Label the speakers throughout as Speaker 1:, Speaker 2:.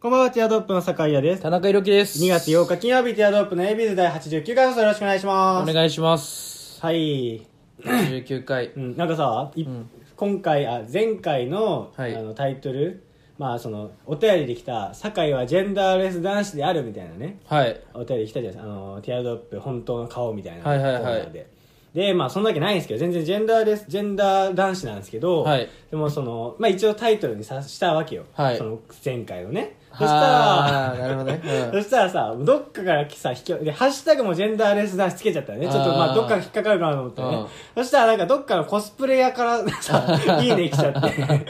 Speaker 1: こんばんは、ティアドロップの酒井谷です。
Speaker 2: 田中裕樹です。
Speaker 1: 2月8日金曜日、ティアドロップの AB ズ第89回放送よろしくお願いし
Speaker 2: お
Speaker 1: ます。
Speaker 2: 願いします。
Speaker 1: はい。
Speaker 2: 19回
Speaker 1: う。ん、なんかさ、い
Speaker 2: ん
Speaker 1: 今回、あ、前回の,、
Speaker 2: はい
Speaker 1: あのタイトル、まあその、お便りできた、酒井はジェンダーレス男子であるみたいなね、
Speaker 2: はい。
Speaker 1: お便りできたじゃないですか。あの、ティアドロップ本当の顔みたいなコ
Speaker 2: は
Speaker 1: ー
Speaker 2: い
Speaker 1: ナ
Speaker 2: は
Speaker 1: ー
Speaker 2: い
Speaker 1: で。
Speaker 2: はい
Speaker 1: で、まあそんなわけないんですけど、全然ジェンダーレス、ジェンダー男子なんですけど、
Speaker 2: はい
Speaker 1: でもその、まあ一応タイトルにさしたわけよ。
Speaker 2: はい
Speaker 1: その前回のね。そしたら
Speaker 2: あ、ーなるほどね。う
Speaker 1: そしたらさ、どっかからさ、引き寄で、ハッシュタグもジェンダーレス男子つけちゃったよね。ちょっと
Speaker 2: あー
Speaker 1: まあ、どっか引っかかるかなと思って
Speaker 2: うん
Speaker 1: ね。そしたらなんか、どっかのコスプレ屋から さ、いいね来ちゃって。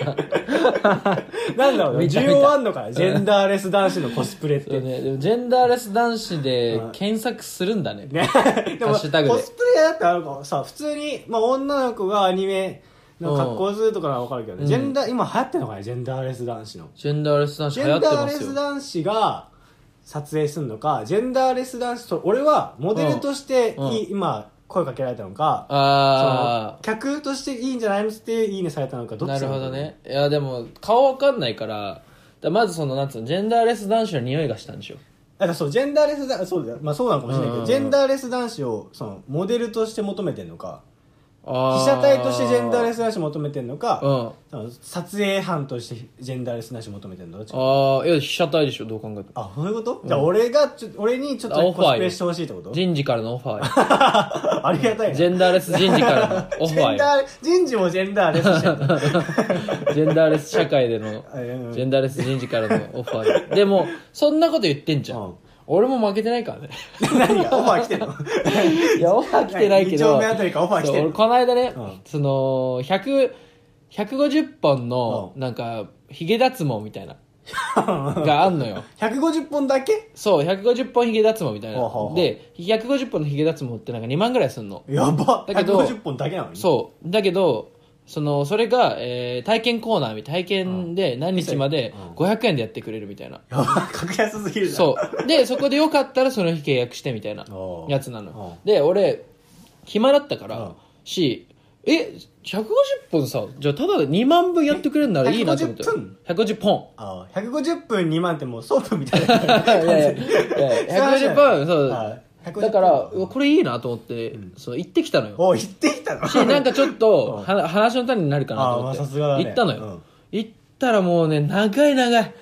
Speaker 1: なんだろうね、
Speaker 2: 見た
Speaker 1: 需
Speaker 2: 見た
Speaker 1: 要あんのかなジェンダーレス男子のコスプレっ
Speaker 2: んそう
Speaker 1: て。 ね。
Speaker 2: ね、でもジェンダーレス男子で検索するんだね。
Speaker 1: でも、
Speaker 2: ハ
Speaker 1: コ
Speaker 2: ッ
Speaker 1: ス
Speaker 2: シ
Speaker 1: プ
Speaker 2: ュタグで
Speaker 1: レ屋だったらなんかさ、普通に、まあ、女の子がアニメの格好するとかならわかるけど
Speaker 2: う
Speaker 1: ね。
Speaker 2: ん
Speaker 1: ジェンダー、今流行ってんのかねジェンダーレス男子の。
Speaker 2: ジェンダーレス男
Speaker 1: ジ
Speaker 2: 子流
Speaker 1: ェ
Speaker 2: 行
Speaker 1: ン
Speaker 2: って
Speaker 1: ダー
Speaker 2: ま
Speaker 1: レ
Speaker 2: す
Speaker 1: ス
Speaker 2: よ。
Speaker 1: 男子が撮影するのかジェンダーレス男子と俺はモデルとしていい、今声かけられたのか
Speaker 2: あ
Speaker 1: その客としていいんじゃないのっていいねされたのかど
Speaker 2: ー
Speaker 1: っち
Speaker 2: な
Speaker 1: の
Speaker 2: るほどね。いや、でも、顔わかんないから、だからまずその、なんつうの、ジェンダーレス男子の匂いがしたんでしょ。
Speaker 1: だからそうジェンダーレスだそうだよまあそうなのかもしれないけど、
Speaker 2: うん
Speaker 1: ジェンダーレス男子をそのモデルとして求めてるのか被
Speaker 2: あ
Speaker 1: 写体としてジェンダーレ
Speaker 2: ス。
Speaker 1: ス男子求めてるの
Speaker 2: うん。
Speaker 1: か、
Speaker 2: あ
Speaker 1: その撮影班としてジェンダーレス男子求めてるのどっちか
Speaker 2: ー、いや、被写体でしょ、どう考えても。
Speaker 1: あそういうこと、じゃあ俺がちょ俺にちょっ
Speaker 2: あ
Speaker 1: と
Speaker 2: オファーよ
Speaker 1: コスプレしてほしいってこと
Speaker 2: 人事からのオファーよ
Speaker 1: ありがたいね
Speaker 2: ジェンダーレス人事からのオフ
Speaker 1: ジ
Speaker 2: ァ
Speaker 1: ェ
Speaker 2: ー
Speaker 1: ン
Speaker 2: よ
Speaker 1: ダー人事もジェンダーレスして んだ
Speaker 2: ジェンダーレス社会での
Speaker 1: あいやいや
Speaker 2: ジェンダーレス人事からのオファー で。でも、そんなこと言ってんじゃん。
Speaker 1: うん
Speaker 2: 俺も負けてないからね。
Speaker 1: 何がオファー来てんの
Speaker 2: いや、オファ ー来てないけ
Speaker 1: 2
Speaker 2: ど。
Speaker 1: 丁目あたりからオファー来て
Speaker 2: そ
Speaker 1: ん
Speaker 2: う
Speaker 1: の
Speaker 2: 俺、この間ね、
Speaker 1: うん
Speaker 2: その、100、150本の、
Speaker 1: う
Speaker 2: なんか、ヒゲ脱毛みたい な、があんのよ。
Speaker 1: 150本だけ
Speaker 2: そう、150本ヒゲ脱毛みたいな
Speaker 1: ほうほうほ。う
Speaker 2: で、150本のヒゲ脱毛ってなんか2万ぐらいすんの。
Speaker 1: やば
Speaker 2: だけど
Speaker 1: 150本だけなのに
Speaker 2: そう。だけど、その、それが、えー体験コーナーみ、体験で何日まで
Speaker 1: うん
Speaker 2: 500円でやってくれるみたいな。
Speaker 1: やば格安すぎるじゃん
Speaker 2: そう。で、そこでよかったらその日契約してみたいな
Speaker 1: おう
Speaker 2: やつなの
Speaker 1: う。
Speaker 2: で、俺、暇だったか
Speaker 1: うん
Speaker 2: ら、し、え、150本さ、じゃあただで2万分やってくれるならいいなと思って。150本。
Speaker 1: あ150分2万ってもうソープみたいな
Speaker 2: いやいやいや150本、そう。
Speaker 1: う
Speaker 2: だから、うわこれいいなと思って
Speaker 1: ん、
Speaker 2: そう、行ってきたのよ。
Speaker 1: お行ってきたの
Speaker 2: しなんかちょ っ
Speaker 1: うん
Speaker 2: とは話の種になるかなと思
Speaker 1: あーまあ
Speaker 2: って
Speaker 1: さすがだね
Speaker 2: 行ったの
Speaker 1: うん
Speaker 2: よ行ったらもうね長い長い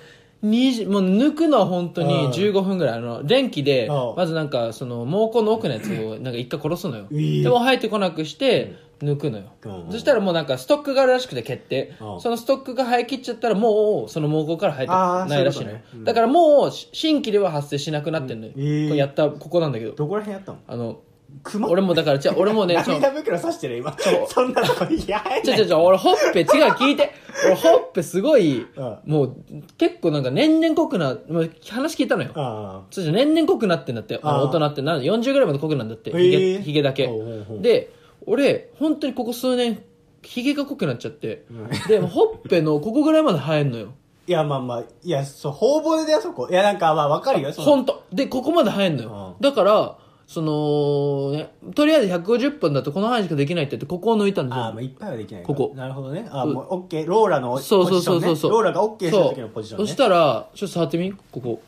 Speaker 2: 20もう抜くのは本当
Speaker 1: うん
Speaker 2: に15分ぐらいあの電気で
Speaker 1: うん
Speaker 2: まずなんかその毛根の奥のやつを なんか一回殺すのよ
Speaker 1: うい
Speaker 2: でも生えてこなくして抜くのよ
Speaker 1: うん
Speaker 2: そしたらもうなんかストックがあるらしくて決定
Speaker 1: うん
Speaker 2: そのストックが生え切っちゃったらもうその毛根から生え
Speaker 1: あー
Speaker 2: てないらしいの
Speaker 1: そういう
Speaker 2: よ
Speaker 1: ことねうん
Speaker 2: だからもうし新規では発生しなくなってんのよ
Speaker 1: うんえー
Speaker 2: これやったここなんだけど
Speaker 1: どこら辺やったの
Speaker 2: あの
Speaker 1: 熊
Speaker 2: 俺もだからじゃあ俺もねその
Speaker 1: 涙袋刺してる今
Speaker 2: そう
Speaker 1: そんなのいや
Speaker 2: ちょちょちょ、俺ほっぺ違う、聞いて。俺ほっぺすごい、
Speaker 1: うん
Speaker 2: もう結構なんか年々濃くな、もう話聞いたのよ。
Speaker 1: あ
Speaker 2: ちょちょ、年々濃くなってんだって。あ
Speaker 1: あ
Speaker 2: の
Speaker 1: ー
Speaker 2: 大人ってな、40ぐらいまで濃くなんだって。
Speaker 1: へー
Speaker 2: ひげ、ひげだけ
Speaker 1: ほうほうほう。
Speaker 2: で、俺、本当にここ数年、ひげが濃くなっちゃって
Speaker 1: うん。
Speaker 2: で、ほっぺのここぐらいまで生えんのよ。
Speaker 1: いやまあまあいやそう頬骨でそこいやなんかまあわかるよその
Speaker 2: ほんと。で、ここまで生えんのよ
Speaker 1: う。
Speaker 2: だから、その、ね、とりあえず150分だとこの範囲しかできないって言って、ここを抜いたんです
Speaker 1: あー
Speaker 2: よ
Speaker 1: まあ、。いっぱいはできない
Speaker 2: ここ
Speaker 1: なるほどね。あー
Speaker 2: うん
Speaker 1: もう、オッケー、ローラのポジショ
Speaker 2: そ
Speaker 1: ン、ね。
Speaker 2: うそうそうそうそう。
Speaker 1: ローラがオッケーした時のポジション、ね。
Speaker 2: そうそしたら、ちょっと触ってみここ。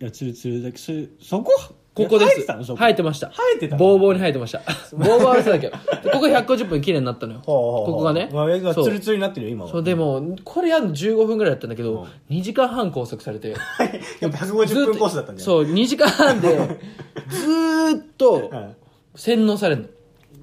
Speaker 1: いや、つるつるだけ、そそこ
Speaker 2: ここです。
Speaker 1: 生えてたのそこ。
Speaker 2: 生えてました。
Speaker 1: 生えてたの
Speaker 2: ボーボーに生えて ました。ボーボーは嘘だけど。でここ150分綺麗になったのよ。
Speaker 1: ほうほうほう
Speaker 2: ここがね。
Speaker 1: まあ、が
Speaker 2: そう
Speaker 1: つるつるになってるよ、今は。
Speaker 2: そう、でも、これやるの15分ぐらいだったんだけど、2時間半拘束されて。
Speaker 1: やっぱ150分コースだったんじゃない
Speaker 2: そう、2時間半で、 ずーっと
Speaker 1: ん、
Speaker 2: 洗脳されるの。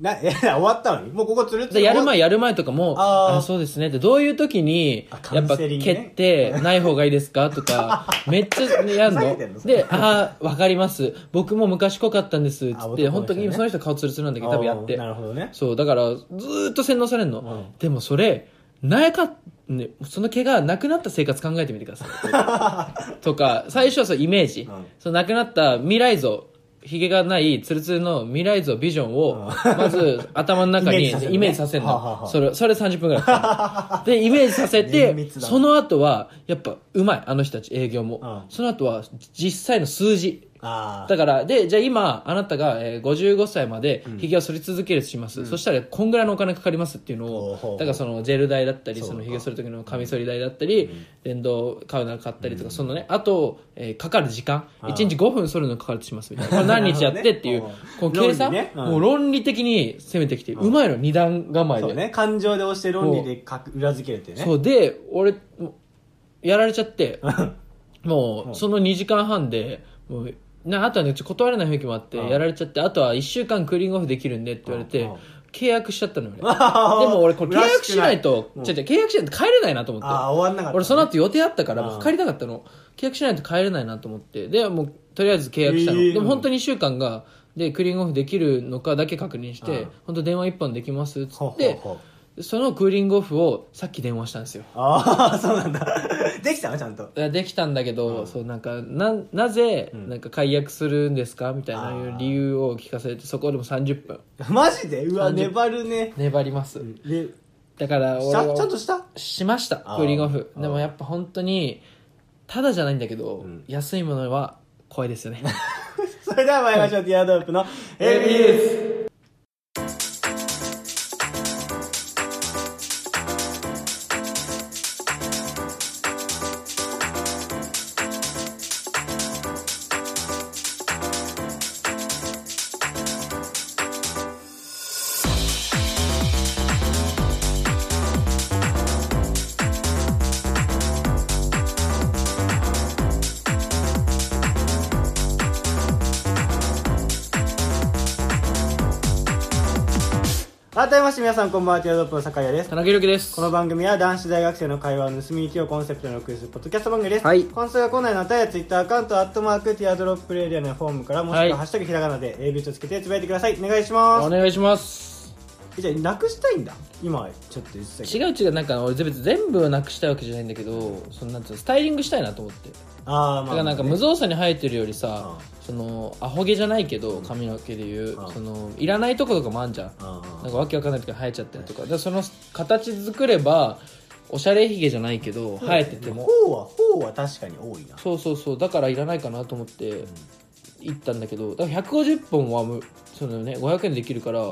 Speaker 1: な、いや、 終わったのに。もうここつるつる。
Speaker 2: でやる前やる前とかも、
Speaker 1: あー
Speaker 2: あそうですねって、どういう時に
Speaker 1: あ、カウ
Speaker 2: や
Speaker 1: ン
Speaker 2: っぱ
Speaker 1: セリ
Speaker 2: 蹴
Speaker 1: ングね
Speaker 2: ってない方がいいですかと か、めっちゃねやん
Speaker 1: 下げ
Speaker 2: の
Speaker 1: てんの。それ
Speaker 2: で、ああ、わかります。僕も昔濃かったんです。つ
Speaker 1: あ男
Speaker 2: っ
Speaker 1: の人ね
Speaker 2: て、本当に今その人顔ツルツルなんだけど、多分やっ
Speaker 1: あー
Speaker 2: て
Speaker 1: な。るほどね。
Speaker 2: そう、だから、ずーっと洗脳されんの。でもそれ、なかっね、その毛がなくなった生活考えてみてくださ い。とか、最初はそうイメージ。
Speaker 1: うん
Speaker 2: そのなくなった未来像。ヒゲがないツルツルの未来像ビジョンをまず頭の中に
Speaker 1: イメージさせるね
Speaker 2: イメージさせる
Speaker 1: はあはあは
Speaker 2: の
Speaker 1: あ
Speaker 2: それそれ30分ぐらいか かるでイメージさせ
Speaker 1: 綿密
Speaker 2: て
Speaker 1: だな
Speaker 2: その後はやっぱうまいあの人たち営業も
Speaker 1: うん
Speaker 2: その後は実際の数字
Speaker 1: あ
Speaker 2: だから、で、じゃあ今、あなたが、えー55歳まで、ひげを剃り続けるとします。そしたら、こんぐらいのお金かかりますっていうの
Speaker 1: ほうほう
Speaker 2: を、だからその、ジェル代だったり、
Speaker 1: そうか
Speaker 2: その、ひげ剃る時のカミソリ代だったり、電動カウナー買ったりとか、そのね、あと、えーかかる時間、
Speaker 1: あー
Speaker 2: 1日5分剃るのかかるとしますみたいな。これ何日やって っていう
Speaker 1: なる、ほ
Speaker 2: こう、
Speaker 1: どね
Speaker 2: 計算、
Speaker 1: 論理ねうん
Speaker 2: もう論理的に攻めてきて、うまいの、二段構
Speaker 1: あ
Speaker 2: え
Speaker 1: そう
Speaker 2: で。
Speaker 1: ね感情で押して論理でかく裏付けるっていうね
Speaker 2: そうで俺もうやられち ゃっても
Speaker 1: うん
Speaker 2: うその2時間半でもうなあとはねちょっと断れない雰囲気もあって
Speaker 1: うん
Speaker 2: やられちゃってあとは1週間クーリングオフできるんでって言われ
Speaker 1: う
Speaker 2: て
Speaker 1: んうん
Speaker 2: 契約しちゃったの よ俺
Speaker 1: で
Speaker 2: でも俺これ契約しないと
Speaker 1: うん
Speaker 2: 違う違う契約しないと帰れないなと思
Speaker 1: ああ
Speaker 2: っ
Speaker 1: 終わんなかってた
Speaker 2: 俺その後予定あったから
Speaker 1: うん
Speaker 2: もう帰りたかったの契約しないと帰れないなと思ってでもうとりあえず契約したの
Speaker 1: ええ
Speaker 2: でも本当に1週間がでクーリングオフできるのかだけ確認し
Speaker 1: う
Speaker 2: て
Speaker 1: ん
Speaker 2: 本当電話1本できますっつ
Speaker 1: ほう
Speaker 2: っ
Speaker 1: ほう
Speaker 2: て
Speaker 1: ほう
Speaker 2: そのクーリングオフをさっき電話したんですよ
Speaker 1: ああそうなんだ できたのちゃんと
Speaker 2: いやできたんだけど、
Speaker 1: うん
Speaker 2: そうなんかななぜ、
Speaker 1: うん
Speaker 2: なんか解約するんですかみたい
Speaker 1: あー
Speaker 2: な理由を聞かされてそこでも30分
Speaker 1: マジでうわ
Speaker 2: 30
Speaker 1: 粘るね
Speaker 2: 粘ります、
Speaker 1: で
Speaker 2: だから
Speaker 1: し
Speaker 2: 俺
Speaker 1: たちゃん
Speaker 2: は
Speaker 1: とした
Speaker 2: しましたク
Speaker 1: あー
Speaker 2: ーリングオフ
Speaker 1: あー
Speaker 2: でもやっぱ本当にただじゃないんだけど、
Speaker 1: うん
Speaker 2: 安いものは怖いですよね
Speaker 1: それでは参りましょうティアドロップの AB
Speaker 2: です
Speaker 1: 改めまして皆さんこんばんはティアドロップの酒屋です
Speaker 2: 田中裕樹です
Speaker 1: この番組は男子大学生の会話を盗み聞きをコンセプトにお送りするポッドキャスト番組です。
Speaker 2: はい
Speaker 1: 感想やコーナーのあたりは Twitter アカウント、アットマーク、ティアドロップレディアのフォームから、もしく
Speaker 2: はい
Speaker 1: はハッシュタグひらがなで AB とつけてつぶやいてください。お願いし
Speaker 2: お
Speaker 1: ま
Speaker 2: 願いします
Speaker 1: す。じゃあ、なくしたいんだ。今、ちょっと言ってたけど。
Speaker 2: 違う違うなんか俺全部全部をなくしたいわけじゃないんだけどそのなんつうのスタイリングしたいなと思って
Speaker 1: ああ、
Speaker 2: だ
Speaker 1: ま
Speaker 2: か
Speaker 1: あ、
Speaker 2: らなんか無造作に生えてるよりさ、
Speaker 1: あ
Speaker 2: そのアホ毛じゃないけど髪の毛でいう、
Speaker 1: あ
Speaker 2: そのいらないとことかもあんじゃん、
Speaker 1: あ
Speaker 2: なんかわけわかんない時に生えちゃったりとか,、その形作ればおしゃれひげじゃないけど生えてても
Speaker 1: 方は、方は確かに多いな。
Speaker 2: そうそうそうだからいらないかなと思って行ったんだけどだから150本はむその、ね、500円でできるから、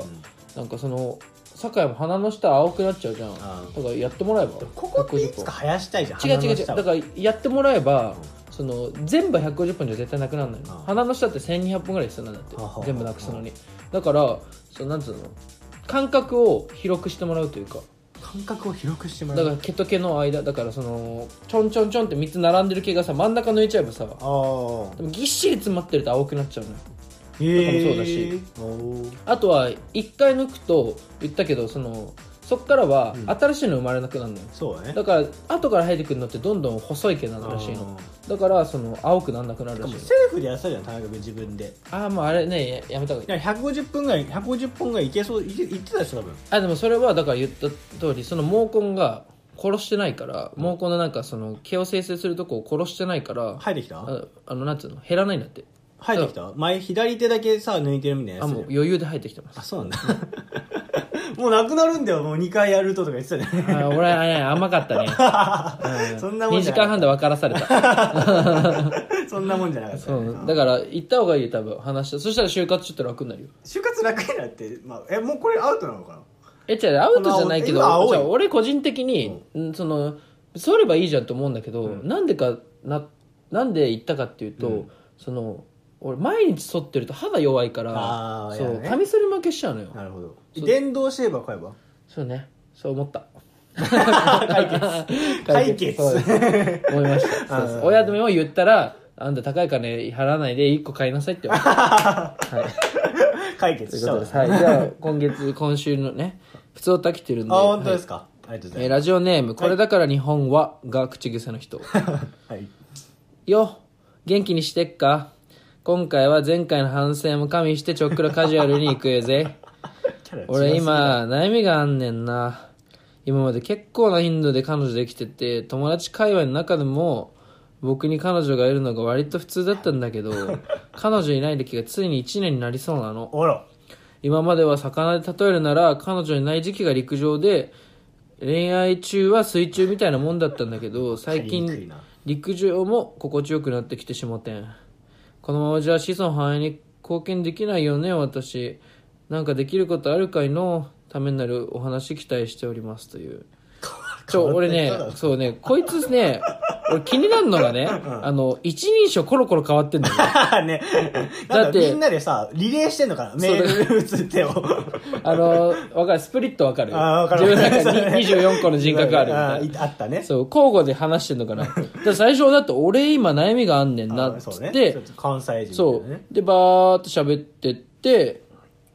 Speaker 2: なんかその酒屋も鼻の下青くなっちゃうじゃんだ
Speaker 1: あ
Speaker 2: からやってもらえば
Speaker 1: ここっていつか生やしたいじゃん。
Speaker 2: 違う違う違うだ
Speaker 1: だ
Speaker 2: か
Speaker 1: から
Speaker 2: やってもらえば、その全部150本じゃ絶対なくならないの
Speaker 1: ああ
Speaker 2: 鼻の下って1200本ぐらい必要なんだって
Speaker 1: あはあ、
Speaker 2: 全部なくすのにだからそのなんつうの感覚を広くしてもらうというから
Speaker 1: 感覚を広くしてもら
Speaker 2: だ
Speaker 1: う。
Speaker 2: から毛と毛の間だからそのちょんちょんちょんって3つ並んでる毛がさ真ん中抜いちゃえばさ
Speaker 1: ああ、
Speaker 2: でもぎっしり詰まってると青くなっちゃうのよ
Speaker 1: へえ。
Speaker 2: あとは1回抜くと言ったけどそのそっからは
Speaker 1: うん
Speaker 2: 新しいの生まれなくなるのよ、
Speaker 1: そうだね。
Speaker 2: だから後から生えてくるのってどんどん細い毛なんだらしいの
Speaker 1: あー
Speaker 2: だからその青くなんなくなる
Speaker 1: しから
Speaker 2: しい
Speaker 1: も
Speaker 2: の
Speaker 1: セルフでやってたじゃん、田中君自分で。
Speaker 2: ああもうあれねややめた方がいい
Speaker 1: いや150分ぐらい150本ぐらいいけそういけいってたでしょ多分
Speaker 2: あでもそれはだから言った通りその毛根が殺してないから毛根のなんかその毛を生成するとこを殺してないから
Speaker 1: 生えてきた
Speaker 2: ああのなんつうの減らないんだって
Speaker 1: 生えてきた前左手だけさ抜いてるみたいな
Speaker 2: あ
Speaker 1: やつ
Speaker 2: もう余裕で生えてきてます
Speaker 1: あそうなんだ もうなくなるんだよもう2回やるととか言ってたじゃん
Speaker 2: あー俺はね甘かったね、う ん、
Speaker 1: そんなもん
Speaker 2: 2
Speaker 1: じゃな
Speaker 2: 時間
Speaker 1: かっ
Speaker 2: 半で分からされた
Speaker 1: たそんなもんじゃなかった
Speaker 2: そ
Speaker 1: よ
Speaker 2: うだから行った方がいいよ多分話したそしたら就活ちょっと楽になるよ
Speaker 1: 就活楽になって、まあ、えもうこれアウトなのかな
Speaker 2: え違うアウトじゃないけど
Speaker 1: 今青い
Speaker 2: じゃあ俺個人的に、うんその剃ればいいじゃんと思うんだけど、なんでかななんで言ったかっていうと、その俺毎日剃ってると肌弱いから
Speaker 1: あー
Speaker 2: そ
Speaker 1: や
Speaker 2: う
Speaker 1: だね
Speaker 2: カミソリ負けしちゃうのよ
Speaker 1: なるほど
Speaker 2: そう
Speaker 1: 電動シェーバー買えば
Speaker 2: そうねそう思った
Speaker 1: 解決 解決
Speaker 2: そうです思い ましたそうです親でも言ったらあんた高い金払わないで1個買いなさいって言われたはい
Speaker 1: 解
Speaker 2: と
Speaker 1: 決
Speaker 2: い
Speaker 1: し
Speaker 2: うこ
Speaker 1: た
Speaker 2: と
Speaker 1: わ
Speaker 2: です、はい、じゃあ今月今週のね普通おた来てるんで
Speaker 1: あ本当
Speaker 2: はい
Speaker 1: ですか、ありがとうござ
Speaker 2: えー
Speaker 1: い
Speaker 2: ラジオネーム、これだから日本は、が口癖の人。
Speaker 1: ます、はい、
Speaker 2: よ、元気にしてっか今回は前回の反省も加味してちょっくらカジュアルに行く えぜ。
Speaker 1: キャラ違いすぎる
Speaker 2: 俺今、悩みがあんねんな。今まで結構な頻度で彼女できてて、友達界隈の中でも、僕に彼女がいるのが割と普通だったんだけど、 彼女いない歴がついに1年になりそうなの。
Speaker 1: あら
Speaker 2: 今までは魚で例えるなら彼女いない時期が陸上で恋愛中は水中みたいなもんだったんだけど最
Speaker 1: やりにくい
Speaker 2: 近
Speaker 1: な
Speaker 2: 陸上も心地よくなってきてしもてんこのままじゃ子孫繁栄に貢献できないよね、私。なんかできることあるかいのためになるお話期待しておりますという。ちょ、俺ね、 そうね、こいつね、俺気になるのがね、あの、一人称コロコロ変わってんのよ。
Speaker 1: ね。
Speaker 2: だ
Speaker 1: だ
Speaker 2: っ
Speaker 1: ってて、 みんなでさ、リレーしてんのかなメール打つ手を。
Speaker 2: あの、わかる、スプリットわかる。
Speaker 1: あーわかる
Speaker 2: 自分の中に24個の人格あるみたい
Speaker 1: あ。
Speaker 2: な
Speaker 1: ーあったね。
Speaker 2: そう、交互で話してんのかな。だから最初だって、俺今悩みがあんねんな、
Speaker 1: あー
Speaker 2: つ
Speaker 1: そう
Speaker 2: っ
Speaker 1: ね
Speaker 2: て、
Speaker 1: ちょっと関西人
Speaker 2: そ
Speaker 1: みたいな
Speaker 2: う
Speaker 1: ね。。
Speaker 2: で、バーっと喋ってって、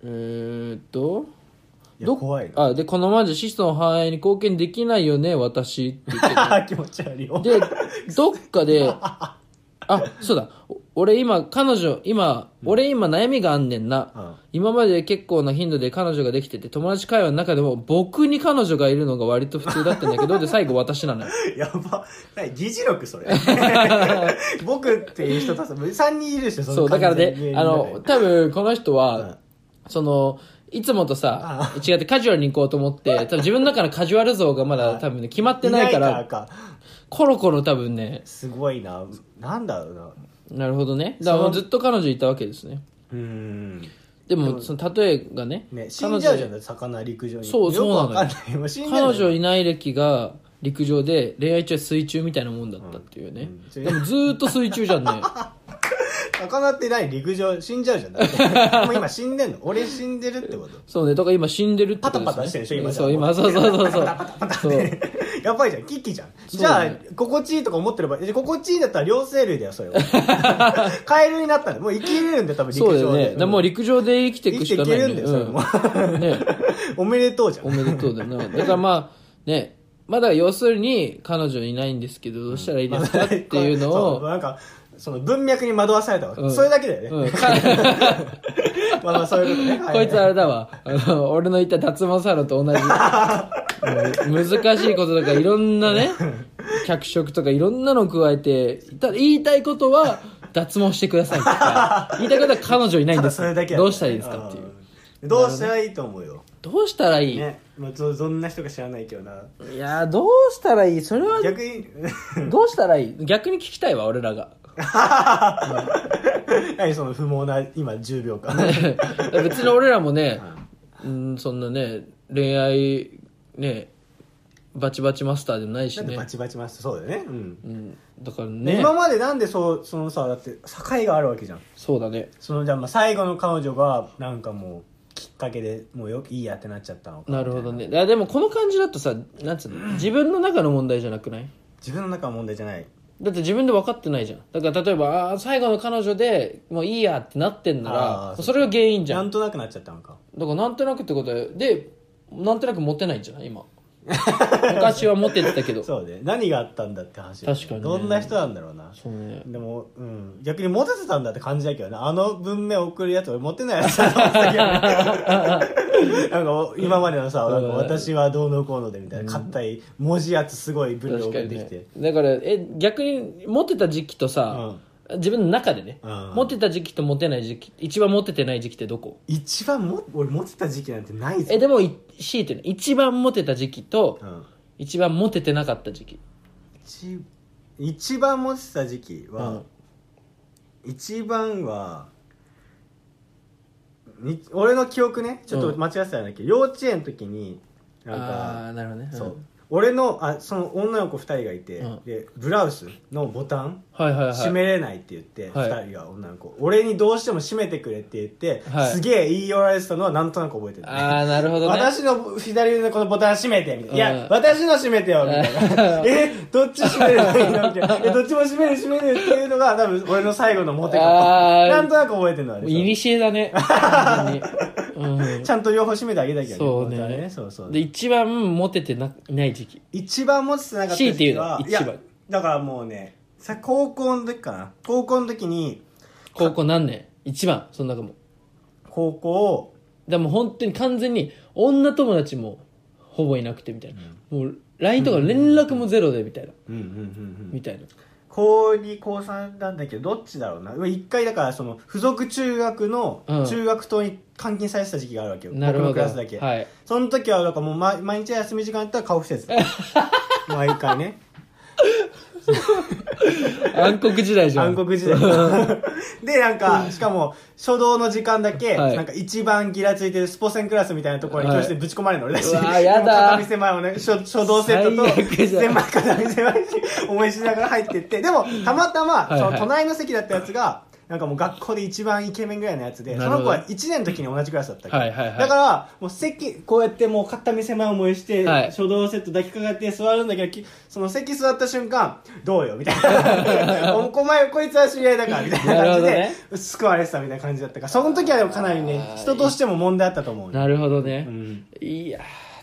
Speaker 2: えーっと、
Speaker 1: いや
Speaker 2: ど
Speaker 1: 怖いな。
Speaker 2: あ、で、このままじゃ子孫繁栄に貢献できないよね、私って言って
Speaker 1: 気持ち悪いよ。
Speaker 2: で、どっかで、あ、そうだ、お俺今、彼女、今、俺今悩みがあんねんな。
Speaker 1: うん
Speaker 2: 今まで結構な頻度で彼女ができてて、友達会話の中でも、僕に彼女がいるのが割と普通だったんだけど、で、最後私なのよ。
Speaker 1: やば。何議事録 それ。僕っていう人たち、3人いるでしょ、
Speaker 2: そう、
Speaker 1: の
Speaker 2: だから
Speaker 1: 完全
Speaker 2: ね
Speaker 1: に、
Speaker 2: あの、、多分この人は、
Speaker 1: うん
Speaker 2: その、いつもとさ、違ってカジュアルに行こうと思って、多分自分の中のカジュアル像がまだ多分ね、決まってないから、
Speaker 1: いないからか。
Speaker 2: コロコロ多分ね、
Speaker 1: すごいな。なんだろうな。
Speaker 2: なるほどね。だからもうずっと彼女いたわけですね。
Speaker 1: うーん。
Speaker 2: でも、その例えがね、
Speaker 1: ね、死
Speaker 2: 彼
Speaker 1: ん
Speaker 2: 女
Speaker 1: じゃうじゃん、魚陸上に。
Speaker 2: そう
Speaker 1: よくわかん
Speaker 2: そ
Speaker 1: ないもう死んじゃ
Speaker 2: 彼
Speaker 1: うじゃん
Speaker 2: 女いない歴が陸上で、恋愛中は水中みたいなもんだったっていうね。
Speaker 1: うん
Speaker 2: でもずーっと水中じゃんね。
Speaker 1: 魚ってない陸上、死んじゃうじゃん。だ ってもう今死んでんの。俺死んでるってこと。
Speaker 2: そうね、だから今死んでるってことですね。
Speaker 1: パタパタしてるでしょ今
Speaker 2: そう、今、そうそうそうそう。そう。
Speaker 1: やばいじゃん、キッキじゃん。
Speaker 2: そう
Speaker 1: じゃ
Speaker 2: だ
Speaker 1: あ
Speaker 2: ね、
Speaker 1: 心地いいとか思ってれば、え心地いいんだったら両生類だよ、それ は。カエルになったら、もう生きれるんだよ、多分陸
Speaker 2: そ
Speaker 1: 上
Speaker 2: うだ
Speaker 1: で。
Speaker 2: よね。だからもう陸上で生きてい
Speaker 1: 生
Speaker 2: く
Speaker 1: き
Speaker 2: してか
Speaker 1: い
Speaker 2: な
Speaker 1: ける
Speaker 2: いね
Speaker 1: んだよ、それ
Speaker 2: うん
Speaker 1: も。
Speaker 2: ね
Speaker 1: おめでとうじゃん。
Speaker 2: おめでとうだな。だからまあ、ね、まだ要するに彼女いないんですけど、どうしたらいいですかっていう の
Speaker 1: そう
Speaker 2: を、
Speaker 1: なんか、その文脈に惑わされたわけ。
Speaker 2: うん
Speaker 1: それだけだよね。
Speaker 2: うん、か
Speaker 1: まあまあ、そういうことね。は
Speaker 2: こいつあれだわ。あの、俺の言った脱毛サロンと同じ。うん難しいこととかいろんなね、脚色とかいろんなのを加えて、ただ言いたいことは脱毛してくださいとか、言いたいことは彼女いない
Speaker 1: た
Speaker 2: んで
Speaker 1: だ
Speaker 2: す。
Speaker 1: それだけだ
Speaker 2: どうしたらいいですかっていう。
Speaker 1: うんどうしたらいいと思うよ。
Speaker 2: どうしたらいい、
Speaker 1: ね。まあ、どどんな人か知らないけどな。
Speaker 2: いやーどうしたらいいそれは
Speaker 1: 逆に、
Speaker 2: どうしたらいい逆に聞きたいわ、俺らが。
Speaker 1: 何その不毛な今10秒間
Speaker 2: 別に俺らもね、うん、そんなね、恋愛、ね、バチバチマスターでもないし
Speaker 1: なんで
Speaker 2: ね
Speaker 1: バ。チバチマスそうだよね、うん
Speaker 2: うん、だからね、
Speaker 1: 今までなんでそうそのさだって境があるわけじゃん
Speaker 2: そうだね。
Speaker 1: そのじゃあまあ最後の彼女がなんかもうきっかけでもうよいいやってなっちゃったのか
Speaker 2: なるほどね。いや、でもこの感じだとさ、なんつうの、自分の中の問題じゃなくない
Speaker 1: 自分の中は問題じゃない
Speaker 2: だって自分で分かってないじゃん。だから例えば、あー最後の彼女でもういいやってなってんな
Speaker 1: あ
Speaker 2: ら、
Speaker 1: ー
Speaker 2: それが原因じゃ。
Speaker 1: なんんとなくなっちゃったのか
Speaker 2: だからなんとなくってことで、で、なんとなくモテないんじゃな い今。昔はモテてたけど。
Speaker 1: そうね何があったんだって話
Speaker 2: 確かにね
Speaker 1: どんな人なんだろうな
Speaker 2: そうね。
Speaker 1: でも、うん、逆にモテてたんだって感じだけどねあの文明を送るやつ俺モテないやつだと思ったけど ねなんか今までのさなんか私はどうのこうのでみたいな硬い文字やつすごい文を
Speaker 2: 確
Speaker 1: 送
Speaker 2: か
Speaker 1: っ
Speaker 2: に
Speaker 1: てき
Speaker 2: ね
Speaker 1: て、。
Speaker 2: だから、え、逆に、モテた時期とさ、自分の中でね、
Speaker 1: うん
Speaker 2: モテた時期とモテない時期、一番モテてない時期ってどこ
Speaker 1: 一番も俺モテた時期なんてないぞ
Speaker 2: え、でも、い強いてね、一番モテた時期と
Speaker 1: う、ん
Speaker 2: 一番モテてなかった時期。
Speaker 1: 一一番モテた時期は、
Speaker 2: うん
Speaker 1: 一番はに俺の記憶ねちょっと間違ってたんだけど、幼稚園の時になんか
Speaker 2: ああー、なるほどね。ん
Speaker 1: そう。俺のあその女の子2人がいて、
Speaker 2: うん
Speaker 1: でブラウスのボタン
Speaker 2: はいはいはい。
Speaker 1: 閉めれないって言って、
Speaker 2: はい
Speaker 1: 2人が女の子俺にどうしても閉めてくれって言って、
Speaker 2: はい
Speaker 1: すげえ言い寄られてたのはなんとなく覚えてる、
Speaker 2: ああ、なるほどね。
Speaker 1: 私の左腕のこのボタン閉めてみたいな「いうや
Speaker 2: ん
Speaker 1: 私の閉めてよ」みたい な「えどっち閉めればいいの?」みたいな「えどっちも閉める閉める」っていうのが多分俺の最後のモテか
Speaker 2: あー
Speaker 1: なんとなく覚えてるのあれ
Speaker 2: いにしえ だね。本当にうん
Speaker 1: ちゃんと両方閉めてあげたけど
Speaker 2: そう
Speaker 1: 本当は
Speaker 2: ね
Speaker 1: そうそう
Speaker 2: で、一番モテてなない時期。
Speaker 1: 一番持ってなかった時期は
Speaker 2: 強いて言うの
Speaker 1: やだからもうねさ高校の時かな高校の時に
Speaker 2: 高校何年一番、その中も。
Speaker 1: 高校
Speaker 2: でもう本当に完全に女友達もほぼいなくてみたいな、もう LINE とか連絡もゼロでみたいな、
Speaker 1: うんうんうん
Speaker 2: みたいな
Speaker 1: 高2高3なんだけどどっちだろうな一回だからその付属中学の
Speaker 2: うん
Speaker 1: 中学棟に監禁されてた時期があるわけよ、
Speaker 2: なる
Speaker 1: 僕
Speaker 2: ほ
Speaker 1: のク
Speaker 2: ど
Speaker 1: ラスだけ、
Speaker 2: はい
Speaker 1: その時はなんかもう毎毎日休み 時間あったら顔伏せてた毎回ね
Speaker 2: あ暗黒時代じゃん。
Speaker 1: 暗黒時代 でなんかしかも初動の時間だけ、
Speaker 2: はい
Speaker 1: なんか一番ギラついてるスポセンクラスみたいなところに
Speaker 2: はい
Speaker 1: 教室でぶち込まれるの俺だし、
Speaker 2: うわーやだー
Speaker 1: でも片見狭いおね初初動セット
Speaker 2: 最悪
Speaker 1: と
Speaker 2: じゃん
Speaker 1: 狭い片見狭いし思いしながら入ってってでもたまたま
Speaker 2: はいは
Speaker 1: そ
Speaker 2: い
Speaker 1: の隣の席だったやつがなんかもう学校で一番イケメンぐらいのやつで
Speaker 2: な
Speaker 1: そ
Speaker 2: るほど
Speaker 1: の子は1年の時に同じクラスだったっけ
Speaker 2: はいはいはい
Speaker 1: だからもう席こうやってもう片見狭い思いして、
Speaker 2: はい
Speaker 1: 初動セット抱きかかって座るんだけどきその席座った瞬間どうよみたいな おお前こいつは知り合いだからみたいな
Speaker 2: なるほ
Speaker 1: 感
Speaker 2: ど
Speaker 1: じ
Speaker 2: ね
Speaker 1: で、救われてたみたいな感じだったから、その時はでもかなりね
Speaker 2: あ、ー
Speaker 1: 人としても問題あったと思うね。
Speaker 2: なるほどね
Speaker 1: う。ん。
Speaker 2: いや